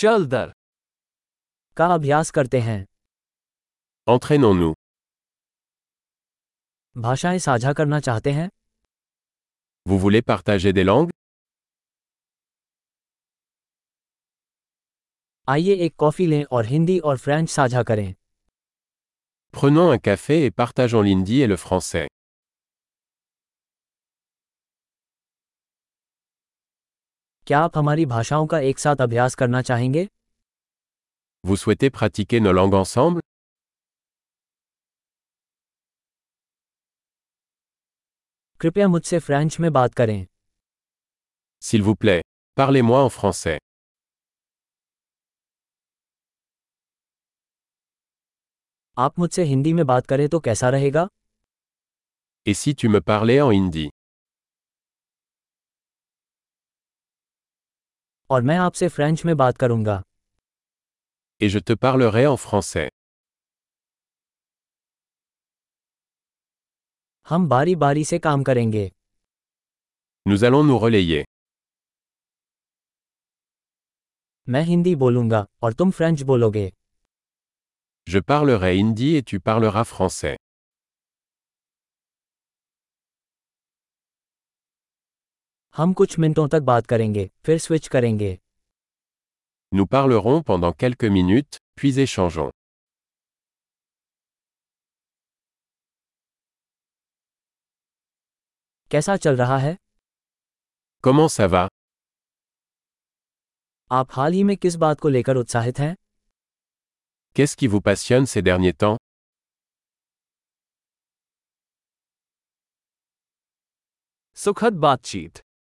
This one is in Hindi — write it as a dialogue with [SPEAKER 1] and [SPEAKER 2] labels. [SPEAKER 1] चल दर
[SPEAKER 2] का अभ्यास करते हैं
[SPEAKER 3] Entraînons-nous.
[SPEAKER 2] भाषाएं साझा करना चाहते हैं
[SPEAKER 3] Vous voulez partager des langues
[SPEAKER 2] आइए एक कॉफ़ी लें और हिंदी और फ्रेंच साझा करें
[SPEAKER 3] Prenons un café et partageons l'hindi et le français.
[SPEAKER 2] क्या आप हमारी भाषाओं का एक साथ अभ्यास करना चाहेंगे
[SPEAKER 3] Vous souhaitez pratiquer nos langues ensemble
[SPEAKER 2] कृपया मुझसे फ्रेंच में बात करें
[SPEAKER 3] S'il vous plaît, parlez-moi en français.
[SPEAKER 2] आप मुझसे हिंदी में बात करें तो कैसा रहेगा
[SPEAKER 3] Et si tu me parlais en hindi
[SPEAKER 2] और मैं आपसे फ्रेंच में बात करूंगा
[SPEAKER 3] Et je te parlerai en français.
[SPEAKER 2] हम बारी बारी से काम करेंगे
[SPEAKER 3] Nous allons nous relayer.
[SPEAKER 2] मैं हिंदी बोलूंगा और तुम फ्रेंच बोलोगे
[SPEAKER 3] Je parlerai hindi et tu parleras français.
[SPEAKER 2] हम कुछ मिनटों तक बात करेंगे फिर स्विच करेंगे
[SPEAKER 3] Nous parlerons pendant quelques minutes, puis échangeons.
[SPEAKER 2] कैसा चल रहा है
[SPEAKER 3] Comment ça va
[SPEAKER 2] आप हाल ही में किस बात को लेकर उत्साहित हैं
[SPEAKER 3] Qu'est-ce qui vous passionne ces derniers temps
[SPEAKER 1] सुखद बातचीत